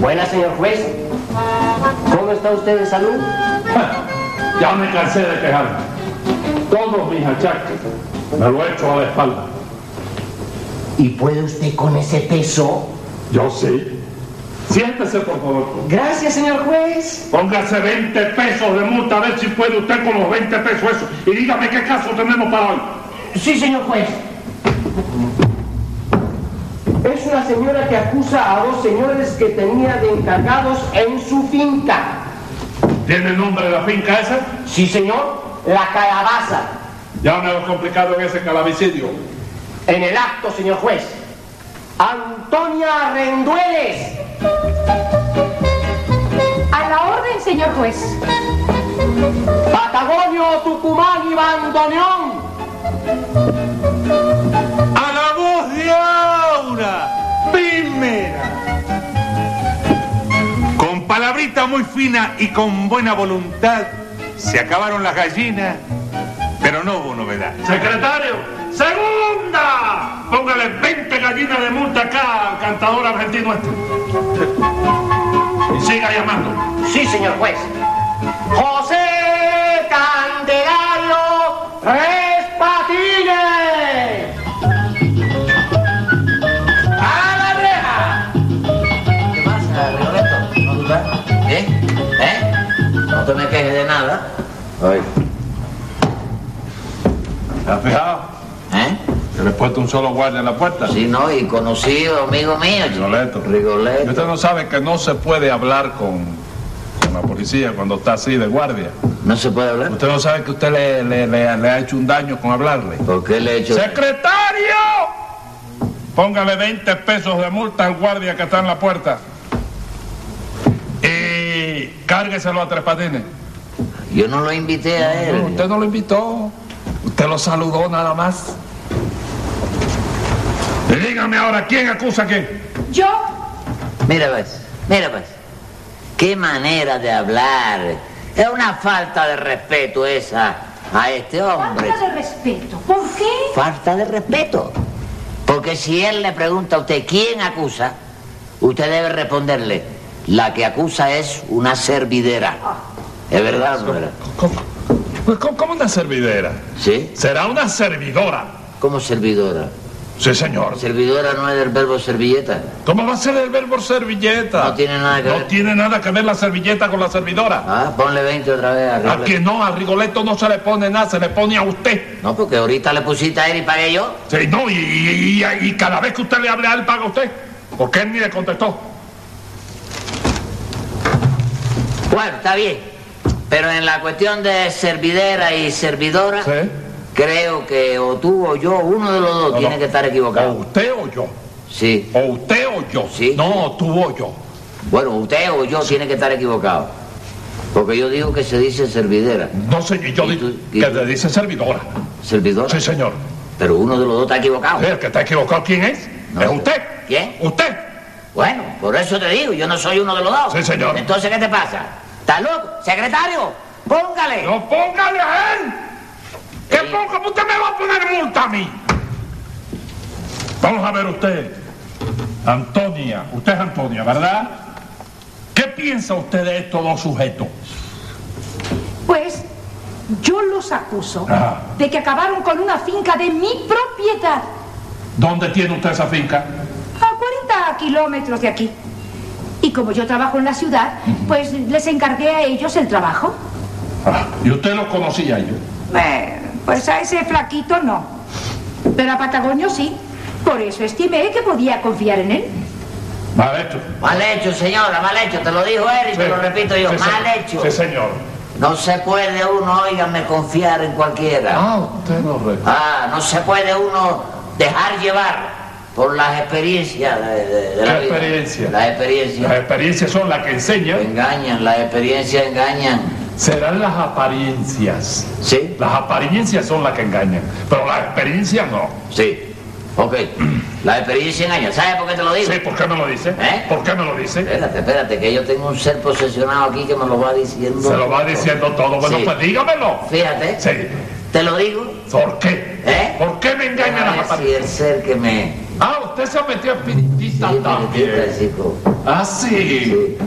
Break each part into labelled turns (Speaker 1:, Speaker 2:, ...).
Speaker 1: Buenas, señor juez. ¿Cómo está usted de salud?
Speaker 2: Ya me cansé de quejarme. Todos mis achaques me lo he hecho a la espalda.
Speaker 1: ¿Y puede usted con ese peso?
Speaker 2: Yo sí. Siéntese, por favor.
Speaker 1: Gracias, señor juez.
Speaker 2: Póngase 20 pesos de multa, a ver si puede usted con los 20 pesos eso. Y dígame qué caso tenemos para hoy.
Speaker 1: Sí, señor juez. Es una señora que acusa a dos señores que tenía de encargados en su finca.
Speaker 2: ¿Tiene el nombre de la finca esa?
Speaker 1: Sí, señor. La calabaza.
Speaker 2: Ya me lo he complicado en ese calabicidio.
Speaker 1: En el acto, señor juez. Antonia Rendueles.
Speaker 3: A la orden, señor juez.
Speaker 1: Patagonio, Tucumán y Bandoneón.
Speaker 4: A la voz de Aura, primera. Con palabrita muy fina y con buena voluntad, se acabaron las gallinas, pero no hubo novedad.
Speaker 2: Secretario, segunda. Póngale 20 gallinas de multa acá al cantador argentino este. Y siga llamando.
Speaker 1: Sí, señor juez. José Candelario Respatines. ¡A la reja!
Speaker 5: ¿Qué pasa, Rigoletto? ¿No dudás? ¿Eh? ¿Eh? No te me quejes de nada. Ay.
Speaker 4: ¿Te has fijado?
Speaker 5: ¿Eh?
Speaker 4: Que le he puesto un solo guardia en la puerta.
Speaker 5: Sí, no, y conocido, amigo mío.
Speaker 4: Rigoletto. Y
Speaker 5: Rigoletto.
Speaker 4: usted no sabe que no se puede hablar con, con la policía cuando está así de guardia.
Speaker 5: ¿No se puede hablar?
Speaker 4: Usted no sabe que usted le, le- le- le ha hecho un daño con hablarle.
Speaker 5: ¿Por qué le he hecho...?
Speaker 4: ¡Secretario! Póngale 20 pesos de multa al guardia que está en la puerta. Y cárgueselo a Tres Patines.
Speaker 5: Yo no lo invité a él.
Speaker 4: No, usted no lo invitó. Usted lo saludó nada más. Y dígame ahora, ¿quién acusa a quién?
Speaker 3: Yo,
Speaker 5: Mira pues, mira pues. Qué manera de hablar. Es una falta de respeto esa a este hombre.
Speaker 3: falta de respeto. ¿Por qué?
Speaker 5: Falta de respeto. Porque si él le pregunta a usted quién acusa, usted debe responderle, la que acusa es una servidera. ¿Es verdad, no era?
Speaker 4: ¿Cómo, cómo- cómo una servidera?
Speaker 5: ¿Sí?
Speaker 4: Será una servidora.
Speaker 5: Como servidora.
Speaker 4: Sí, señor.
Speaker 5: Servidora no es del verbo servilleta.
Speaker 4: ¿Cómo va a ser el verbo servilleta?
Speaker 5: No tiene nada que
Speaker 4: No
Speaker 5: ver.
Speaker 4: tiene nada que ver la servilleta con la servidora.
Speaker 5: Ah, ponle 20 otra vez a
Speaker 4: A
Speaker 5: Rigoletto.
Speaker 4: que no, a Rigoletto no se le pone nada, se le pone a usted.
Speaker 5: No, porque ahorita le pusiste a él y pagué yo.
Speaker 4: Sí, no, y, y- y- y cada vez que usted le hable a él, paga usted. Porque él ni le contestó.
Speaker 5: Bueno, está bien. Pero en la cuestión de servidera y servidora,
Speaker 4: Sí.
Speaker 5: creo que o tú o yo, uno de los dos,
Speaker 4: No,
Speaker 5: tiene
Speaker 4: no.
Speaker 5: que estar
Speaker 4: O
Speaker 5: equivocado.
Speaker 4: usted o yo.
Speaker 5: Sí.
Speaker 4: O usted o yo.
Speaker 5: Sí.
Speaker 4: No, tú o yo.
Speaker 5: Bueno, usted o yo tiene que estar equivocado. Porque yo digo que se dice servidera.
Speaker 4: No, señor, yo
Speaker 5: ¿Y
Speaker 4: digo
Speaker 5: tú- y
Speaker 4: que
Speaker 5: tú?
Speaker 4: le dice servidora.
Speaker 5: ¿Servidora?
Speaker 4: Sí, señor.
Speaker 5: Pero uno de los dos está equivocado.
Speaker 4: El que está equivocado, ¿quién es?
Speaker 5: Ah. No
Speaker 4: es
Speaker 5: sé.
Speaker 4: usted.
Speaker 5: ¿Quién?
Speaker 4: Usted.
Speaker 5: Bueno, por eso te digo, yo no soy uno de los dos.
Speaker 4: Sí, señor.
Speaker 5: Entonces, ¿qué te pasa? ¿Estás loco? Secretario, póngale.
Speaker 4: No póngale a él. Que
Speaker 5: Sí.
Speaker 4: ponga, usted me va a poner multa a mí. Vamos a ver usted. Antonia, usted es Antonia, ¿verdad? ¿Qué piensa usted de estos dos sujetos?
Speaker 3: Pues yo los acuso
Speaker 4: Ajá.
Speaker 3: de que acabaron con una finca de mi propiedad,
Speaker 4: ¿Dónde tiene usted esa finca?
Speaker 3: a 40 kilómetros de aquí. Y como yo trabajo en la ciudad, pues les encargué a ellos el trabajo.
Speaker 4: Ah, ¿Y usted los conocía yo?
Speaker 3: Eh, pues a ese flaquito no. Pero a Patagonio sí. Por eso estimé que podía confiar en él.
Speaker 4: Maestro.
Speaker 5: Mal hecho, señora, mal hecho. Te lo dijo él y te lo repito yo. mal hecho.
Speaker 4: Sí, señor.
Speaker 5: No se puede uno, óigame, confiar en cualquiera.
Speaker 4: Ah, usted lo recuerda.
Speaker 5: Ah, no se puede uno dejar llevar por las experiencias de, de- de la
Speaker 4: ¿Qué
Speaker 5: vida.
Speaker 4: experiencia?
Speaker 5: Las
Speaker 4: Las
Speaker 5: experiencias
Speaker 4: experiencias son las que enseñan.
Speaker 5: engañan, las experiencias engañan.
Speaker 4: Serán las apariencias.
Speaker 5: ¿Sí?
Speaker 4: Las apariencias son las que engañan, pero la experiencia no.
Speaker 5: Sí. Ok. Las experiencias engañan. ¿Sabes por qué te lo digo?
Speaker 4: Sí, ¿por qué me lo dice?
Speaker 5: ¿Eh?
Speaker 4: ¿Por qué me lo dice?
Speaker 5: Espérate, espérate, que yo tengo un ser posesionado aquí que me lo va diciendo.
Speaker 4: Se lo va diciendo todo. Bueno,
Speaker 5: Sí.
Speaker 4: pues dígamelo.
Speaker 5: Fíjate.
Speaker 4: Sí.
Speaker 5: Te lo digo.
Speaker 4: ¿Por qué?
Speaker 5: ¿Eh?
Speaker 4: ¿Por qué me engañan las
Speaker 5: Déjame ver si
Speaker 4: apariencias?
Speaker 5: el ser que me
Speaker 6: Ah, usted se ha metido espiritista
Speaker 5: Sí,
Speaker 6: también.
Speaker 5: chico.
Speaker 6: Ah, sí.
Speaker 5: Sí.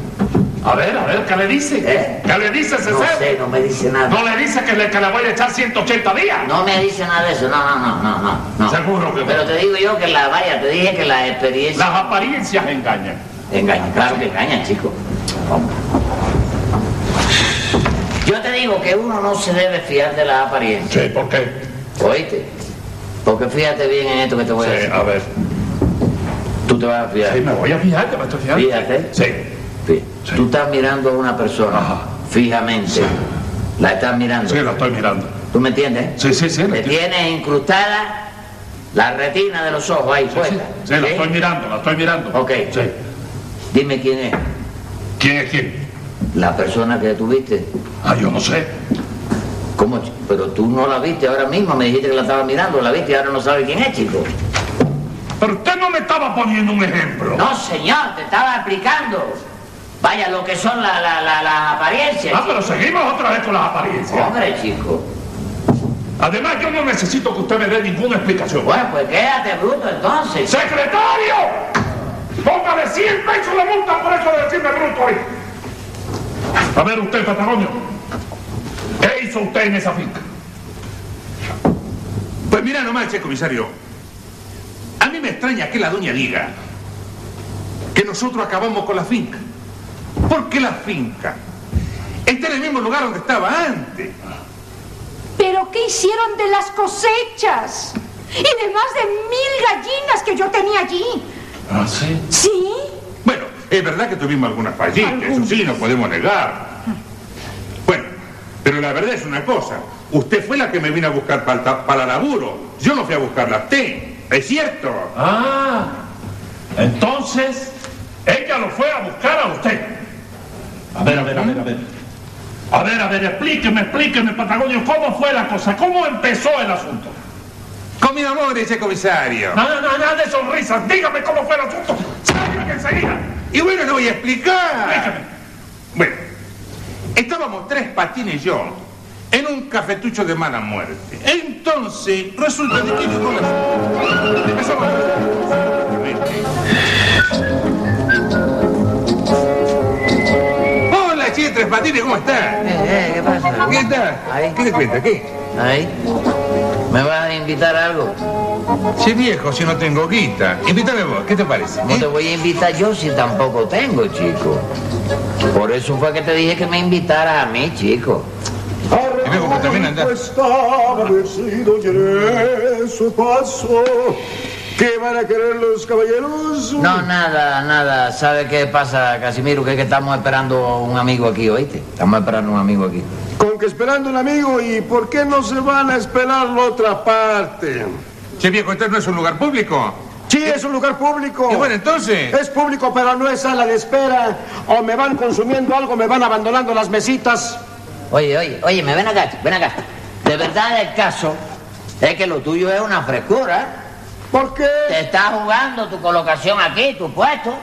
Speaker 6: A ver, a ver, ¿qué le dice?
Speaker 5: ¿Eh?
Speaker 6: ¿Qué le dice ese
Speaker 5: No
Speaker 6: ser?
Speaker 5: sé, no me dice nada.
Speaker 6: No le dice que le, que le voy a echar 180 días.
Speaker 5: No me dice nada de eso, no, no, no, no, no, no.
Speaker 6: Seguro que no.
Speaker 5: Pero te digo yo que la, vaya, te dije que la experiencia...
Speaker 6: Las apariencias engañan.
Speaker 5: Engañan, claro que engañan, chico. Hombre. Yo te digo que uno no se debe fiar de la apariencia,
Speaker 6: Sí, ¿por qué?
Speaker 5: ¿oíste? Porque fíjate bien en esto que te voy a
Speaker 6: Sí,
Speaker 5: decir.
Speaker 6: a ver.
Speaker 5: Tú te vas a fiar.
Speaker 6: Sí, me voy a fijar, te me estoy fijando.
Speaker 5: Fíjate.
Speaker 6: Sí.
Speaker 5: Fí-
Speaker 6: Sí.
Speaker 5: Tú estás mirando a una persona
Speaker 6: Ajá.
Speaker 5: fijamente. La estás mirando.
Speaker 6: Sí, la estoy mirando.
Speaker 5: ¿Tú me entiendes?
Speaker 6: Sí, sí, sí. La
Speaker 5: Te
Speaker 6: estoy...
Speaker 5: tienes incrustada la retina de los ojos ahí
Speaker 6: Sí, sí,
Speaker 5: puesta.
Speaker 6: sí, la
Speaker 5: ¿sí?
Speaker 6: estoy mirando, la estoy mirando.
Speaker 5: Ok.
Speaker 6: Sí.
Speaker 5: Dime quién es.
Speaker 6: ¿Quién es quién?
Speaker 5: La persona que tuviste.
Speaker 6: Ah, yo no sé.
Speaker 5: ¿Cómo? ch- Pero tú no la viste ahora mismo, me dijiste que la estaba mirando, la viste y ahora no sabes quién es, chico.
Speaker 6: Pero usted no me estaba poniendo un ejemplo.
Speaker 5: No, señor, te estaba explicando. Vaya, lo que son la- la- la- las apariencias.
Speaker 6: Ah, pero seguimos otra vez con las
Speaker 5: chico.
Speaker 6: apariencias.
Speaker 5: Hombre, chico.
Speaker 6: Además, yo no necesito que usted me dé ninguna explicación.
Speaker 5: Bueno, pues quédate bruto entonces.
Speaker 6: ¡Secretario! ¡Póngale 100 pesos de multa por eso de decirme bruto ahí! A ver usted, Patagonio, ¿qué hizo usted en esa finca?
Speaker 4: Pues mira nomás, che, comisario. A mí me extraña que la doña diga que nosotros acabamos con la finca. Porque la finca está en el mismo lugar donde estaba antes.
Speaker 3: ¿Pero qué hicieron de las cosechas? Y de más de mil gallinas que yo tenía allí.
Speaker 6: Ah, sí.
Speaker 3: ¿Sí?
Speaker 4: Bueno, es verdad que tuvimos algunas fallitas, eso sí, no podemos negar. Bueno, pero la verdad es una cosa. Usted fue la que me vino a buscar para, para laburo. Yo no fui a buscarla a usted. Es cierto.
Speaker 6: Ah, entonces ella lo fue a buscar a usted. A ver, a ver, a ver, a ver. A ver, a ver, explíqueme, explíqueme, Patagonio, ¿cómo fue la cosa? ¿Cómo empezó el asunto?
Speaker 4: Comida amor, che, comisario.
Speaker 6: Nada, nada, nada de sonrisas, dígame cómo fue el asunto. Sáqueme enseguida.
Speaker 4: Y bueno, le voy a explicar.
Speaker 6: Explíqueme.
Speaker 4: Bueno, estábamos tres patines y yo en un cafetucho de mala muerte. Entonces, resulta de que yo la- Empezamos a hablar públicamente. Hola, che, tres patines, ¿cómo estás?
Speaker 5: Eh, eh, ¿Qué pasa?
Speaker 4: ¿Qué tal?
Speaker 5: Ahí.
Speaker 4: ¿Qué te cuenta? ¿Qué?
Speaker 5: Ahí. ¿Me vas a invitar a algo?
Speaker 4: Che, viejo, si no tengo guita. Invítame vos, ¿qué te parece?
Speaker 5: No
Speaker 4: ¿Eh?
Speaker 5: te voy a invitar yo si tampoco tengo, chico. Por eso fue que te dije que me invitaras a mí, chico.
Speaker 4: veo que también andás.
Speaker 7: Estaba vestido y en su paso. ¿Qué van a querer los caballeros?
Speaker 5: No, nada, nada. ¿Sabe qué pasa, Casimiro? Que es que estamos esperando a un amigo aquí, ¿oíste? Estamos esperando a un amigo aquí.
Speaker 7: Con que esperando un amigo y ¿por qué no se van a esperar la otra parte?
Speaker 4: Che, viejo, este no es un lugar público.
Speaker 7: Sí, es un lugar público.
Speaker 5: Oh.
Speaker 4: Y bueno, entonces.
Speaker 7: Es público, pero no es sala de espera. O me van consumiendo algo, me van abandonando las mesitas.
Speaker 5: Oye, oye, oye, me ven acá, ven acá. De verdad el caso es que lo tuyo es una frescura. ¿eh?
Speaker 7: ¿Por qué?
Speaker 5: Te estás jugando tu colocación aquí, tu puesto.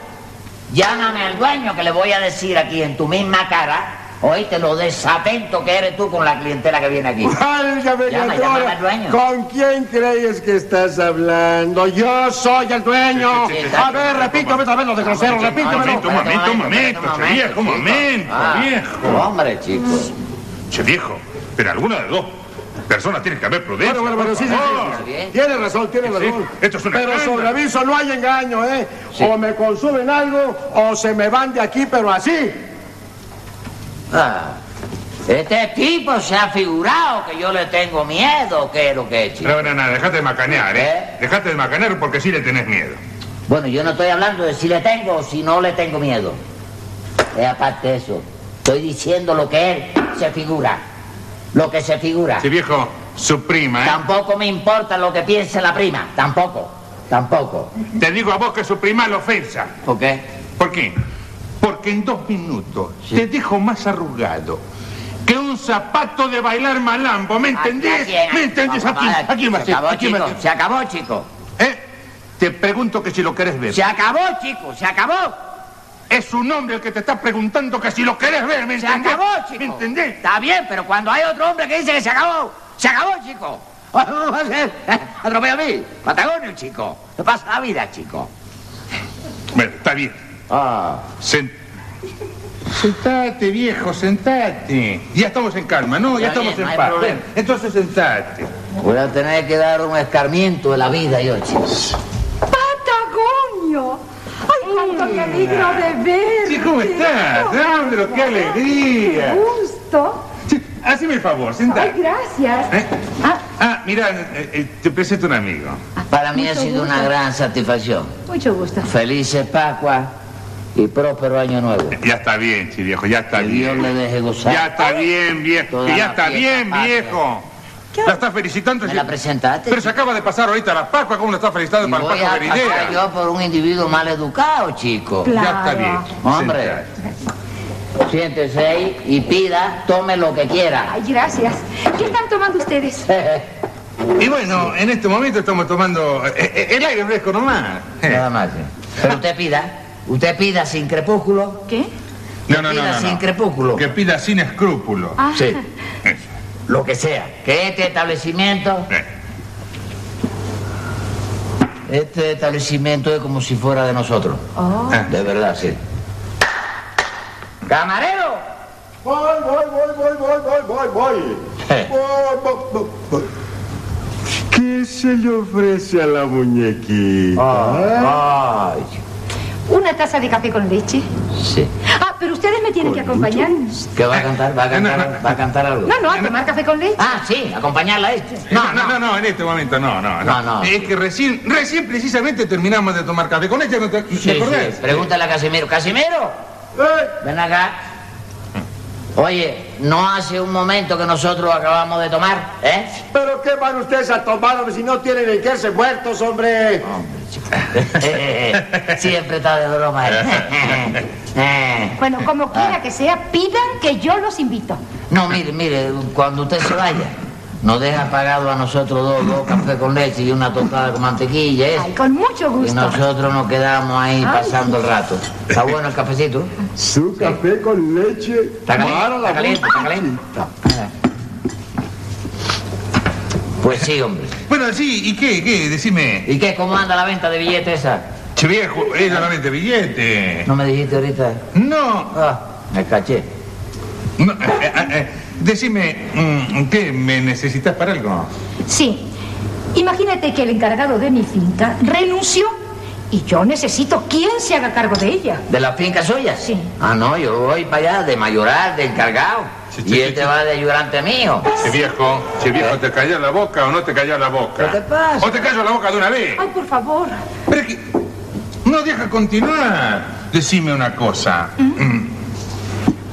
Speaker 5: Llámame al dueño que le voy a decir aquí en tu misma cara, oíste, lo desatento que eres tú con la clientela que viene aquí.
Speaker 7: Válgame,
Speaker 5: Llama,
Speaker 7: Leonora,
Speaker 5: llama al dueño.
Speaker 7: ¿Con quién crees que estás hablando? Yo soy el dueño.
Speaker 5: Sí, Ah, sí, sí, sí.
Speaker 7: A ver, repítame otra vez lo de grosero, repítamelo.
Speaker 4: momento, un momento, un momento, che, viejo, un momento, viejo.
Speaker 5: Ah, Hombre, chicos.
Speaker 4: Che, viejo, pero alguna de dos personas tiene que haber prudencia.
Speaker 7: Bueno, bueno,
Speaker 4: por
Speaker 7: bueno, sí, sí,
Speaker 4: favor.
Speaker 5: sí, sí, Oh. sí.
Speaker 7: Tiene razón, tiene
Speaker 4: Sí,
Speaker 7: razón.
Speaker 4: esto es una
Speaker 7: pero
Speaker 4: escándalo.
Speaker 7: sobre aviso no hay engaño, ¿eh?
Speaker 5: Sí.
Speaker 7: O me consumen algo o se me van de aquí, pero así.
Speaker 5: Ah, este tipo se ha figurado que yo le tengo miedo, que es lo que es, chico.
Speaker 4: No, no, no, dejate de macanear, ¿eh?
Speaker 5: ¿Eh?
Speaker 4: Dejate de macanear porque sí le tenés miedo.
Speaker 5: Bueno, yo no estoy hablando de si le tengo o si no le tengo miedo. Es aparte de eso. Estoy diciendo lo que él se figura. Lo que se figura.
Speaker 4: Che, viejo, su
Speaker 7: ¿eh?
Speaker 4: prima,
Speaker 5: Tampoco me importa lo que piense la prima. Tampoco. Tampoco.
Speaker 4: ¿eh? Te digo a vos que su prima la ofensa.
Speaker 5: ¿Por qué?
Speaker 4: ¿Por qué? Porque en dos minutos te dejo más arrugado que un zapato de bailar malambo, ¿me entendés? ¿Me entendés? ¿A quién, a quién va a
Speaker 5: Se
Speaker 4: ser?
Speaker 5: acabó,
Speaker 4: ¿A quién va a
Speaker 5: chico. Se acabó, chico.
Speaker 4: ser? ¿Eh? Te pregunto que si lo querés ver.
Speaker 5: Se acabó, chico. Se acabó.
Speaker 4: Es un hombre el que te está preguntando que si lo querés ver, ¿me
Speaker 5: Se
Speaker 4: entendés?
Speaker 5: acabó, chico.
Speaker 4: ¿Me entendés?
Speaker 5: Está bien, pero cuando hay otro hombre que dice que se acabó, se acabó, chico. ¿Cuándo va a ser? Atropella a mí. Patagonio, chico. Me pasa la vida, chico.
Speaker 4: Bueno, está bien.
Speaker 5: Ah.
Speaker 4: Sen- Sentate, viejo, sentate. Ya estamos en calma, ¿no? Ya
Speaker 5: Está
Speaker 4: estamos
Speaker 5: bien, no
Speaker 4: en
Speaker 5: hay
Speaker 4: paz.
Speaker 5: problema.
Speaker 4: Ven, entonces sentate.
Speaker 5: Voy a tener que dar un escarmiento de la vida yo, chico.
Speaker 3: ¡Patagonio! ¡Ay, cuánto me alegro de verte!
Speaker 4: Mm. Sí, ¿cómo estás? Ábrelo, qué alegría.
Speaker 3: ¡Qué gusto!
Speaker 4: Sí, Haceme el favor,
Speaker 3: ¡Ay,
Speaker 4: sentate.
Speaker 3: gracias!
Speaker 4: ¿Eh?
Speaker 3: Ah,
Speaker 4: Ah, mira, eh, eh, te presento un amigo.
Speaker 5: Para mí ha
Speaker 3: Mucho
Speaker 5: sido una
Speaker 3: gusto.
Speaker 5: gran satisfacción.
Speaker 3: mucho gusto.
Speaker 5: Felices Pascua y próspero Año Nuevo.
Speaker 4: Ya está bien, sí, viejo, ya está
Speaker 5: Que Dios
Speaker 4: bien.
Speaker 5: le deje gozar.
Speaker 4: Ya está bien, viejo.
Speaker 5: Toda
Speaker 4: Que ya
Speaker 5: la
Speaker 4: está
Speaker 5: fiesta
Speaker 4: bien,
Speaker 5: patria.
Speaker 4: viejo. La estás felicitando.
Speaker 5: ¿Me
Speaker 4: sí.
Speaker 5: la presentaste?
Speaker 4: Pero se acaba de pasar ahorita la Pascua, ¿cómo la estás felicitando
Speaker 5: Y
Speaker 4: para el
Speaker 5: voy
Speaker 4: Paco
Speaker 5: a pasar
Speaker 4: Veridea?
Speaker 5: yo por un individuo mal educado, chico.
Speaker 3: Claro.
Speaker 4: Ya está bien.
Speaker 5: Hombre.
Speaker 4: sentate.
Speaker 5: Siéntese ahí y pida, tome lo que quiera.
Speaker 3: ¡Ay, gracias! ¿Qué están tomando ustedes?
Speaker 4: Y bueno, en este momento estamos tomando eh, eh, el aire fresco nomás.
Speaker 5: Nada más. sí. Pero usted pida, usted pida sin crepúsculo.
Speaker 3: ¿Qué?
Speaker 4: No, no, no,
Speaker 5: pida
Speaker 4: no,
Speaker 5: sin
Speaker 4: no.
Speaker 5: crepúsculo.
Speaker 4: Que pida sin escrúpulo.
Speaker 3: Ah,
Speaker 5: Sí. Lo que sea. Que este establecimiento,
Speaker 4: Eh,
Speaker 5: este establecimiento es como si fuera de nosotros.
Speaker 3: Oh.
Speaker 4: Ah.
Speaker 5: De verdad, sí. ¡Camarero!
Speaker 7: Voy, voy, voy, voy, voy, voy, voy, voy.
Speaker 5: Eh.
Speaker 7: Voy, voy, voy, voy. ¿Qué se le ofrece a la muñequita?
Speaker 5: Ah. Ay,
Speaker 3: ¿Una taza de café con leche?
Speaker 5: sí.
Speaker 3: Ah, pero ustedes me tienen que acompañar. No,
Speaker 5: ¿Qué va a cantar? ¿Va a cantar, va a cantar algo?
Speaker 3: no, a tomar café con leche.
Speaker 5: Ah, sí, acompañarla a este.
Speaker 4: No, no, no, no, en este momento no, no, no.
Speaker 5: No, no.
Speaker 4: Es que recién, recién precisamente terminamos de tomar café con ella, ¿no te,
Speaker 5: Sí,
Speaker 4: te acordás?
Speaker 5: sí. Pregúntale a Casimiro. ¡Casimiro!
Speaker 7: eh?
Speaker 5: Ven acá. Oye, ¿no hace un momento que nosotros acabamos de tomar? ¿Eh?
Speaker 7: ¿Pero qué van ustedes a tomar hombre, si no tienen en qué ser muertos, hombre?
Speaker 5: Siempre está de broma. ¿eh? Eh.
Speaker 3: Bueno,
Speaker 4: Ah.
Speaker 3: como quiera que sea, pidan que yo los invito.
Speaker 5: No, mire, mire, cuando usted se vaya, nos deja pagado a nosotros dos, dos cafés con leche y una tostada con mantequilla, ¿eh?
Speaker 3: Ay, con mucho
Speaker 5: Y
Speaker 3: gusto.
Speaker 5: nosotros nos quedamos ahí pasando el rato. ¿Está bueno el cafecito?
Speaker 7: Su café con leche.
Speaker 5: ¿Está caliente?
Speaker 7: para la
Speaker 5: ¿Está caliente?
Speaker 7: boca.
Speaker 5: ¿Está caliente? Pues sí, hombre.
Speaker 4: Bueno, sí, ¿y qué? ¿Qué? Decime.
Speaker 5: ¿Y qué? ¿Cómo anda la venta de billetes esa?
Speaker 4: Che, viejo, es solamente billete.
Speaker 5: ¿No me dijiste ahorita?
Speaker 4: No,
Speaker 5: Ah, me caché.
Speaker 4: no, eh, eh, eh, decime, mm, ¿qué? ¿Me necesitas para algo?
Speaker 3: Sí. Imagínate que el encargado de mi finca renunció y yo necesito quien se haga cargo de ella.
Speaker 5: ¿De las fincas suyas?
Speaker 3: Sí.
Speaker 5: Ah, no, yo voy para allá de mayoral, de encargado.
Speaker 4: Sí, sí,
Speaker 5: Y
Speaker 4: sí,
Speaker 5: este
Speaker 4: sí.
Speaker 5: va de ayudante mío.
Speaker 4: Che viejo, che viejo, ¿te callás la boca o no te callás la boca?
Speaker 5: ¿Qué te pasa?
Speaker 4: O te callo la boca de una vez.
Speaker 3: Ay, por favor.
Speaker 4: Pero es que no deja continuar. Decime una cosa. Mm.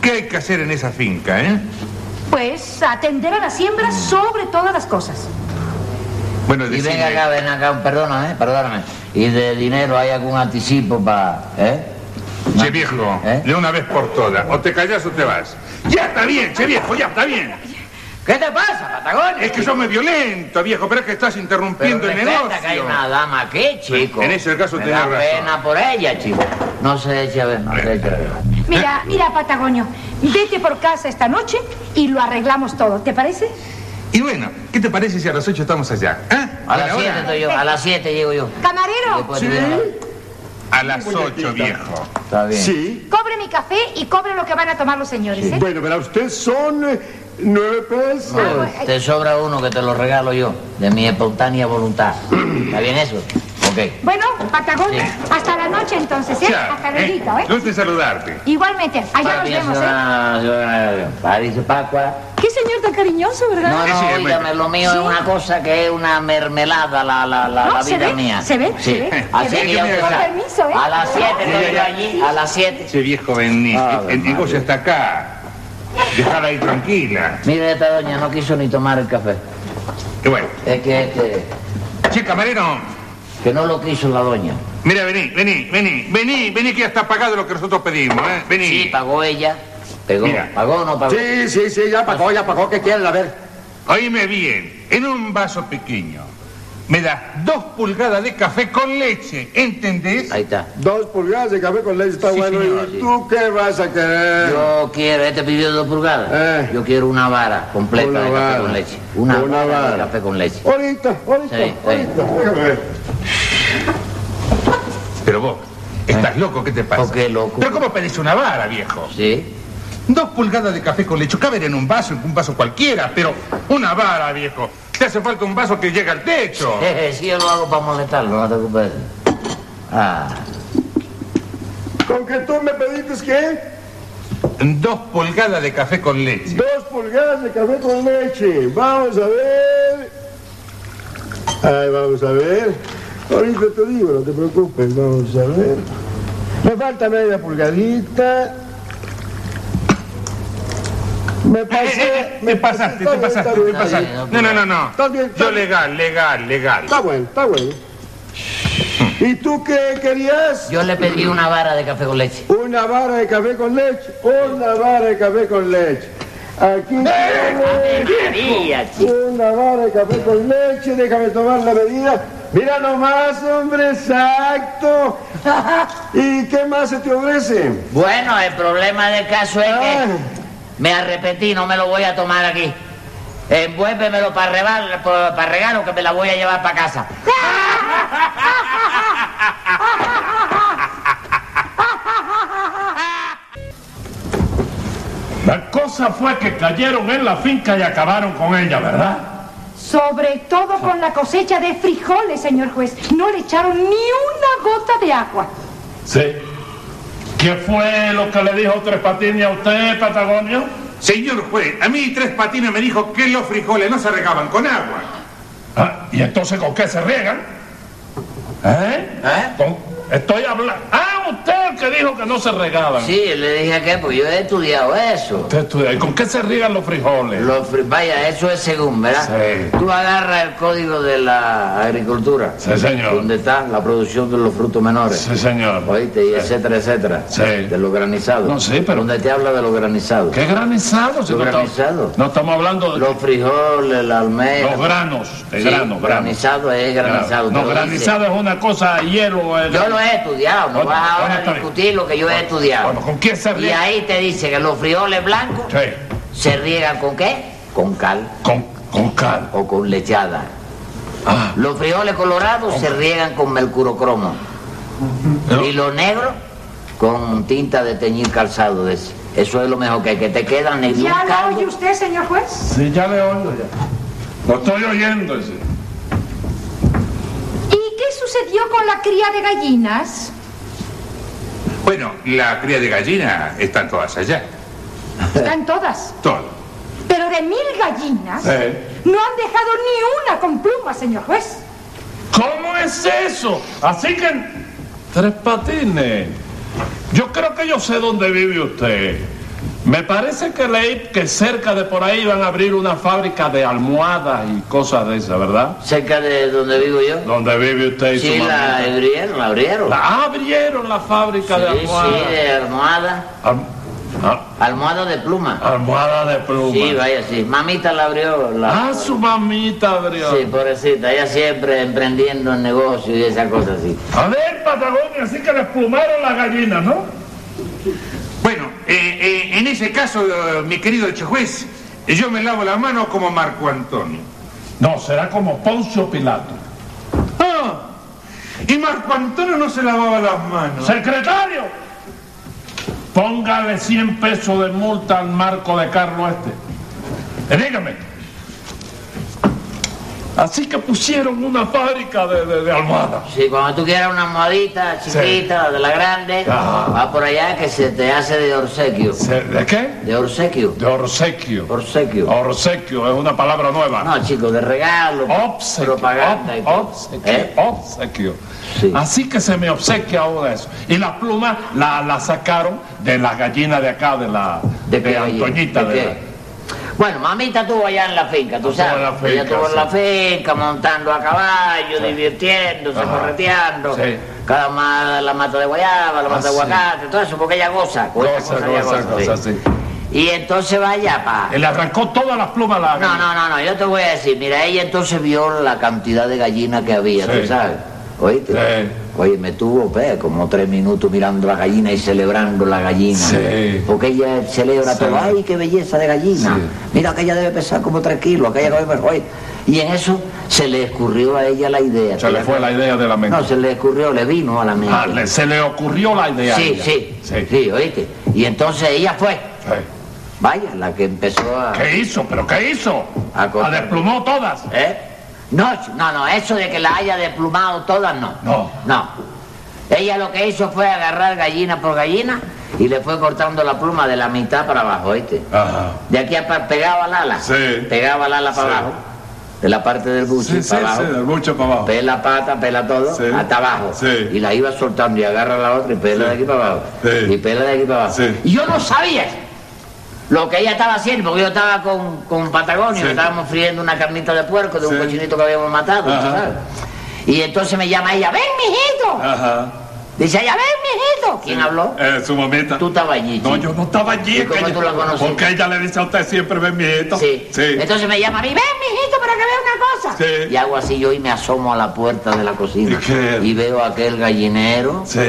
Speaker 4: ¿Qué hay que hacer en esa finca, eh?
Speaker 3: Pues atender a la siembra sobre todas las cosas.
Speaker 4: Bueno,
Speaker 5: Y
Speaker 4: decime...
Speaker 5: venga acá, ven acá, perdóname, eh, perdóname. ¿Y de dinero hay algún anticipo para...? ¿Eh?
Speaker 4: Che viejo,
Speaker 5: ¿Eh?
Speaker 4: de una vez por todas. O te callas o te vas. Ya está bien, che viejo, ya está bien.
Speaker 5: ¿Qué te pasa, Patagonia?
Speaker 4: Es que sos muy violento, viejo, pero es que estás
Speaker 5: Pero
Speaker 4: interrumpiendo el
Speaker 5: respeta que hay
Speaker 4: negocio.
Speaker 5: una dama aquí, chico.
Speaker 4: En ese caso
Speaker 5: Me
Speaker 4: tenés
Speaker 5: da
Speaker 4: razón.
Speaker 5: pena por ella, chico. No se eche a ver, no se eche a ver.
Speaker 3: Mira, mira, Patagonio, vete por casa esta noche y lo arreglamos todo, ¿te parece?
Speaker 4: Y bueno, ¿qué te parece si a las 8 estamos allá? ¿Eh?
Speaker 5: A
Speaker 4: Buena
Speaker 5: las 7
Speaker 4: hora.
Speaker 5: estoy yo, a las 7 llego yo. Y
Speaker 3: Camarero,
Speaker 5: después te viene la-
Speaker 4: A las 8, viejo.
Speaker 5: Está bien.
Speaker 7: Sí.
Speaker 3: cobre mi café y cobre lo que van a tomar los señores, ¿eh?
Speaker 7: Bueno, pero ustedes son eh, nueve pesos.
Speaker 3: Ah, bueno.
Speaker 5: Pues Te sobra uno que te lo regalo yo, de mi espontánea voluntad. ¿Está bien eso? Ok.
Speaker 3: Bueno, Patagonio,
Speaker 5: Sí.
Speaker 3: hasta la noche entonces, ¿eh?
Speaker 4: Ya,
Speaker 3: Hasta luego, ¿eh?
Speaker 4: Gusto en saludarte.
Speaker 3: Igualmente, allá
Speaker 5: Está
Speaker 3: nos
Speaker 5: bien,
Speaker 3: vemos, ¿eh?
Speaker 5: señora- señora- París Pacua.
Speaker 3: Qué señor tan cariñoso, ¿verdad?
Speaker 5: No, no,
Speaker 4: Sí, bueno.
Speaker 5: óigame, lo mío es una cosa que es una mermelada, la, la, la,
Speaker 3: No,
Speaker 5: la
Speaker 3: Ah, se
Speaker 5: vida
Speaker 3: ve,
Speaker 5: mía.
Speaker 3: se ve,
Speaker 5: Sí.
Speaker 3: se ve.
Speaker 5: Así
Speaker 3: Se ve.
Speaker 5: que ya
Speaker 4: Con
Speaker 5: usted sabe.
Speaker 3: permiso, ¿eh?
Speaker 5: A las 7 estoy yo allí, a las 7.
Speaker 4: Che viejo, vení. Eh,
Speaker 5: Ave
Speaker 4: el negocio está acá. Dejala ahí tranquila.
Speaker 5: Mire, esta doña no quiso ni tomar el café.
Speaker 4: Y bueno,
Speaker 5: Es que, este,
Speaker 4: che camarero,
Speaker 5: que no lo quiso la doña.
Speaker 4: mira, vení, vení, vení, vení, vení que ya está pagado lo que nosotros pedimos, ¿eh? Vení.
Speaker 5: Sí, pagó ella. Pegó.
Speaker 4: Mira.
Speaker 5: ¿Pagó o no pagó?
Speaker 7: Sí, sí, sí, ya pagó, ya pagó. ¿Qué quieren? A ver.
Speaker 4: Oíme bien, en un vaso pequeño, me das dos pulgadas de café con leche, ¿entendés?
Speaker 5: Ahí está.
Speaker 7: Dos pulgadas de café con leche está
Speaker 4: Sí,
Speaker 7: bueno.
Speaker 4: señor,
Speaker 7: ¿Y
Speaker 5: sí.
Speaker 7: tú qué vas a querer?
Speaker 5: Yo quiero, este pidió dos pulgadas.
Speaker 7: Eh.
Speaker 5: Yo quiero una vara completa
Speaker 7: Una
Speaker 5: de
Speaker 7: vara.
Speaker 5: café con leche. Una, vara,
Speaker 7: Una
Speaker 5: de
Speaker 7: vara.
Speaker 5: café con leche.
Speaker 7: Ahorita, ahorita,
Speaker 5: Sí, sí.
Speaker 7: ahorita. Déjame ver.
Speaker 4: Pero vos, estás loco, ¿qué te pasa?
Speaker 5: ¿Por Eh. Oh, qué loco?
Speaker 4: Pero ¿cómo pedís una vara, viejo?
Speaker 5: Sí.
Speaker 4: Dos pulgadas de café con leche caben en un vaso, en un vaso cualquiera, pero una vara, viejo. Te hace falta un vaso que llegue al techo.
Speaker 5: Jeje, Eh, sí, yo lo hago para molestarlo, no te preocupes. Ah,
Speaker 7: ¿Con que tú me pediste qué?
Speaker 4: Dos pulgadas de café con leche.
Speaker 7: Dos pulgadas de café con leche. Vamos a ver. Ay, vamos a ver. Ahorita te digo, no te preocupes, vamos a ver. Me falta media pulgadita. Me
Speaker 4: Eh, eh,
Speaker 7: pasé.
Speaker 4: eh, te pasaste,
Speaker 7: está
Speaker 4: te
Speaker 7: bien,
Speaker 4: pasaste,
Speaker 7: está
Speaker 4: te
Speaker 7: bien.
Speaker 4: pasaste.
Speaker 5: bien,
Speaker 4: No, no, no, no.
Speaker 7: Está bien, está
Speaker 4: Yo
Speaker 7: bien.
Speaker 4: legal, legal, legal.
Speaker 7: Está bueno, está bueno.
Speaker 4: Mm.
Speaker 7: ¿Y tú qué querías?
Speaker 5: yo le pedí una vara de café con leche.
Speaker 7: Una vara de café con leche. Una vara de café con leche. Aquí tiene-
Speaker 5: María, chico.
Speaker 7: Una vara de café con leche, déjame tomar la medida. Mira nomás, hombre, exacto. ¿Y qué más se te ofrece? Ah.
Speaker 5: Bueno, el problema del caso es que me arrepentí, no me lo voy a tomar aquí. Envuélvemelo para regalar, para regalo que me la voy a llevar para casa.
Speaker 6: La cosa fue que cayeron en la finca y acabaron con ella, ¿verdad?
Speaker 3: Sobre todo con la cosecha de frijoles, señor juez. No le echaron ni una gota de agua.
Speaker 6: Sí. ¿Qué fue lo que le dijo Tres Patines a usted, Patagonio?
Speaker 4: Señor juez, a mí tres patines me dijo que los frijoles no se regaban con agua.
Speaker 6: Ah, ¿Y entonces con qué se riegan? ¿Eh?
Speaker 5: ¿Eh?
Speaker 6: Con- Estoy hablando... Ah, usted el que dijo que no se regaban.
Speaker 5: Sí, le dije que pues yo he estudiado eso.
Speaker 6: Usted estudia, ¿y ¿Con qué se riegan los frijoles?
Speaker 5: Los fri- vaya, eso es según, ¿verdad?
Speaker 6: Sí.
Speaker 5: Tú agarras el código de la agricultura.
Speaker 6: Sí, señor.
Speaker 5: Donde está la producción de los frutos menores.
Speaker 6: Sí, señor.
Speaker 5: Oíste, y etcétera, etcétera.
Speaker 6: Sí.
Speaker 5: De lo granizado.
Speaker 6: No, sí, pero-
Speaker 5: Donde te habla de lo granizado.
Speaker 6: ¿Qué granizado? si
Speaker 5: Los
Speaker 6: no estamos-
Speaker 5: granizados.
Speaker 6: No estamos hablando de...
Speaker 5: Los frijoles, la almeja.
Speaker 6: Los granos, de
Speaker 5: Sí,
Speaker 6: grano, grano.
Speaker 5: Granizado es granizado.
Speaker 6: No,
Speaker 5: te lo dice.
Speaker 6: granizado es una cosa de hielo. eh,
Speaker 5: Yo lo he estudiado, no
Speaker 6: Bueno,
Speaker 5: vas
Speaker 6: bueno,
Speaker 5: ahora
Speaker 6: está
Speaker 5: a
Speaker 6: bien.
Speaker 5: discutir lo que yo he
Speaker 6: Bueno,
Speaker 5: estudiado.
Speaker 6: ¿con quién se
Speaker 5: Y
Speaker 6: riegan?
Speaker 5: ahí te dice que los frijoles blancos
Speaker 6: Sí,
Speaker 5: se riegan con qué? Con cal
Speaker 6: con, con cal.
Speaker 5: o con lechada.
Speaker 6: Ah. Oh.
Speaker 5: Los frijoles colorados se riegan con mercurocromo. Y los negros con tinta de teñir calzado. de ese. Eso es lo mejor que, hay, que te quedan en un
Speaker 3: ¿Ya la
Speaker 5: caldo.
Speaker 3: oye usted, señor juez?
Speaker 6: Sí, ya le oigo ya. Lo estoy oyendo. sí.
Speaker 3: ¿Y qué sucedió con la cría de gallinas?
Speaker 5: Eh.
Speaker 4: Bueno, la cría de gallina están todas allá.
Speaker 3: Están todas.
Speaker 4: Todo.
Speaker 3: Pero de mil gallinas
Speaker 5: Eh.
Speaker 6: Sí.
Speaker 3: no han dejado ni una con plumas, señor juez.
Speaker 6: ¿Cómo es eso? Así que... Tres patines. Yo creo que yo sé dónde vive usted. Me parece que leí que cerca de por ahí van a abrir una fábrica de almohadas y cosas de esas, ¿verdad?
Speaker 5: Cerca de donde vivo yo.
Speaker 6: Donde vive usted y
Speaker 5: Sí,
Speaker 6: su
Speaker 5: la
Speaker 6: mamita.
Speaker 5: abrieron, la abrieron.
Speaker 6: La abrieron la fábrica de
Speaker 5: Sí,
Speaker 6: almohadas.
Speaker 5: sí, de almohada.
Speaker 6: Al- al-
Speaker 5: Almohada de pluma.
Speaker 6: almohada de Ah, pluma.
Speaker 5: Sí, vaya, sí. Mamita la abrió. La...
Speaker 6: Ah, su mamita abrió.
Speaker 5: Sí, pobrecita, ella siempre emprendiendo el negocio y esas cosas así.
Speaker 6: A ver, Patagonia, así que les plumaron las gallinas, ¿no?
Speaker 4: Bueno, eh, eh, en ese caso, eh, mi querido juez, yo me lavo la mano como Marco Antonio.
Speaker 6: No, será como Poncio Pilato.
Speaker 4: Ah, y Marco Antonio no se lavaba las manos.
Speaker 6: ¡Secretario! Póngale 100 pesos de multa al marco de Carlos este. Eh, dígame. Así que pusieron una fábrica de, de, de almohadas.
Speaker 5: Sí, cuando tú quieras una almohadita chiquita, de la grande,
Speaker 6: Ah.
Speaker 5: va por allá que se te hace de obsequio.
Speaker 6: Se- ¿De qué?
Speaker 5: ¿De obsequio?
Speaker 6: De orsequio.
Speaker 5: Obsequio.
Speaker 6: Orsequio es una palabra nueva.
Speaker 5: No, chico, de regalo,
Speaker 6: Obsequio.
Speaker 5: propaganda y
Speaker 6: ob-
Speaker 5: todo.
Speaker 6: obsequio,
Speaker 5: ¿Eh?
Speaker 6: obsequio.
Speaker 5: Sí.
Speaker 6: Así que se me obsequia ahora eso. Y la pluma la, la sacaron de la gallina de acá, de la
Speaker 5: ¿De qué, oye?
Speaker 6: Antoñita.
Speaker 5: ¿De
Speaker 6: de
Speaker 5: qué? Bueno, mamita estuvo allá en la finca, tú
Speaker 6: Estuvo en
Speaker 5: sabes.
Speaker 6: la finca,
Speaker 5: Ella estuvo en la finca montando a caballo, divirtiéndose,
Speaker 6: Ajá.
Speaker 5: correteando.
Speaker 6: Sí. Ah,
Speaker 5: Cada ma- la mata de guayaba, la mata de
Speaker 6: sí.
Speaker 5: aguacate, todo eso, porque ella goza.
Speaker 6: Goza,
Speaker 5: ella
Speaker 6: goza, goza, sí.
Speaker 5: Y entonces vaya para...
Speaker 6: Le arrancó todas las plumas a la
Speaker 5: No, no, no, no, yo te voy a decir, mira, ella entonces vio la cantidad de gallinas que había,
Speaker 6: Sí.
Speaker 5: ¿tú sabes? ¿Oíste?
Speaker 6: Sí.
Speaker 5: Oye, me tuvo ve, como tres minutos mirando la gallina y celebrando la gallina.
Speaker 6: Sí.
Speaker 5: Porque ella celebra
Speaker 6: Sí.
Speaker 5: todo. ¡Ay, qué belleza de gallina!
Speaker 6: Sí.
Speaker 5: Mira, aquella debe pesar como tres kilos, aquella no debe... Oye, y en eso se le escurrió a ella la idea.
Speaker 6: Se le fue la idea de la mente.
Speaker 5: No, se le escurrió, le vino a la mente.
Speaker 6: Ah, le- se le ocurrió la idea. a
Speaker 5: sí,
Speaker 6: ella.
Speaker 5: sí,
Speaker 6: sí,
Speaker 5: sí, ¿oíste? Y entonces ella fue,
Speaker 6: sí.
Speaker 5: vaya, la que empezó a...
Speaker 6: ¿Qué hizo? ¿Pero qué hizo?
Speaker 5: A
Speaker 6: La
Speaker 5: cortar.
Speaker 6: desplumó todas.
Speaker 5: ¿Eh? No, ch- no, no, eso de que la haya desplumado todas, no.
Speaker 6: No.
Speaker 5: No. Ella lo que hizo fue agarrar gallina por gallina y le fue cortando la pluma de la mitad para abajo, ¿oíste?
Speaker 4: Ajá.
Speaker 5: De aquí a pa- pegaba la ala.
Speaker 4: Sí.
Speaker 5: Pegaba la ala para
Speaker 4: Sí.
Speaker 5: abajo. De la parte del buche
Speaker 4: Sí, sí,
Speaker 5: para
Speaker 4: sí,
Speaker 5: abajo.
Speaker 4: del bucho para abajo.
Speaker 5: Pela pata, pela todo,
Speaker 4: Sí.
Speaker 5: hasta abajo.
Speaker 4: Sí.
Speaker 5: Y la iba soltando y agarra la otra y pela
Speaker 4: Sí.
Speaker 5: de aquí para abajo.
Speaker 4: Sí.
Speaker 5: Y pela de aquí para abajo.
Speaker 4: Sí.
Speaker 5: Y yo no sabía lo que ella estaba haciendo, porque yo estaba con, con Patagonio,
Speaker 4: Sí.
Speaker 5: estábamos friendo una carnita de puerco de
Speaker 4: Sí.
Speaker 5: un cochinito que habíamos matado,
Speaker 4: Ajá.
Speaker 5: ¿sabes? Y entonces me llama ella, ven, mijito.
Speaker 4: Ajá.
Speaker 5: Dice ella, ven, mijito. ¿Quién habló?
Speaker 4: Eh, su mamita.
Speaker 5: Tú estabas allí.
Speaker 4: No,
Speaker 5: chico.
Speaker 4: yo no estaba allí.
Speaker 5: ¿Y cómo
Speaker 4: que
Speaker 5: tú
Speaker 4: ella-
Speaker 5: la conociste?
Speaker 4: Porque ella le dice a usted siempre, ven, mijito.
Speaker 5: Sí.
Speaker 4: Sí.
Speaker 5: Entonces me llama a mí, ven, mijito, para que vea una cosa.
Speaker 4: Sí.
Speaker 5: Y hago así yo y me asomo a la puerta de la cocina.
Speaker 4: ¿Y qué?
Speaker 5: Y veo aquel gallinero.
Speaker 4: Sí.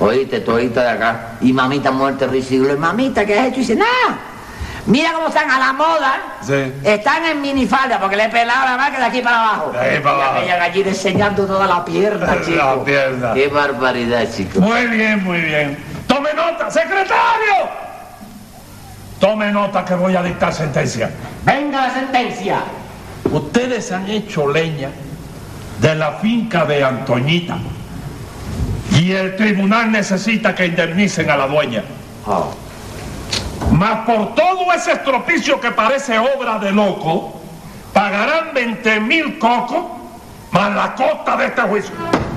Speaker 5: Oíste, todita de acá. Y mamita muerta risible. Mamita, ¿qué has hecho? Y dice, nada. Mira cómo están a la moda.
Speaker 4: Sí.
Speaker 5: Están en minifalda porque le he pelado la marca de aquí para abajo.
Speaker 6: De ahí para
Speaker 5: Y
Speaker 6: abajo.
Speaker 5: aquella gallina enseñando toda la pierna,
Speaker 6: La
Speaker 5: chico.
Speaker 6: pierna.
Speaker 5: Qué barbaridad, chico.
Speaker 6: Muy bien, muy bien. Tome nota, secretario. Tome nota que voy a dictar sentencia.
Speaker 1: Venga la sentencia.
Speaker 6: Ustedes han hecho leña de la finca de Antoñita. Y el tribunal necesita que indemnicen a la dueña.
Speaker 5: Oh.
Speaker 6: Mas por todo ese estropicio que parece obra de loco, pagarán 20 mil cocos más la costa de este juicio.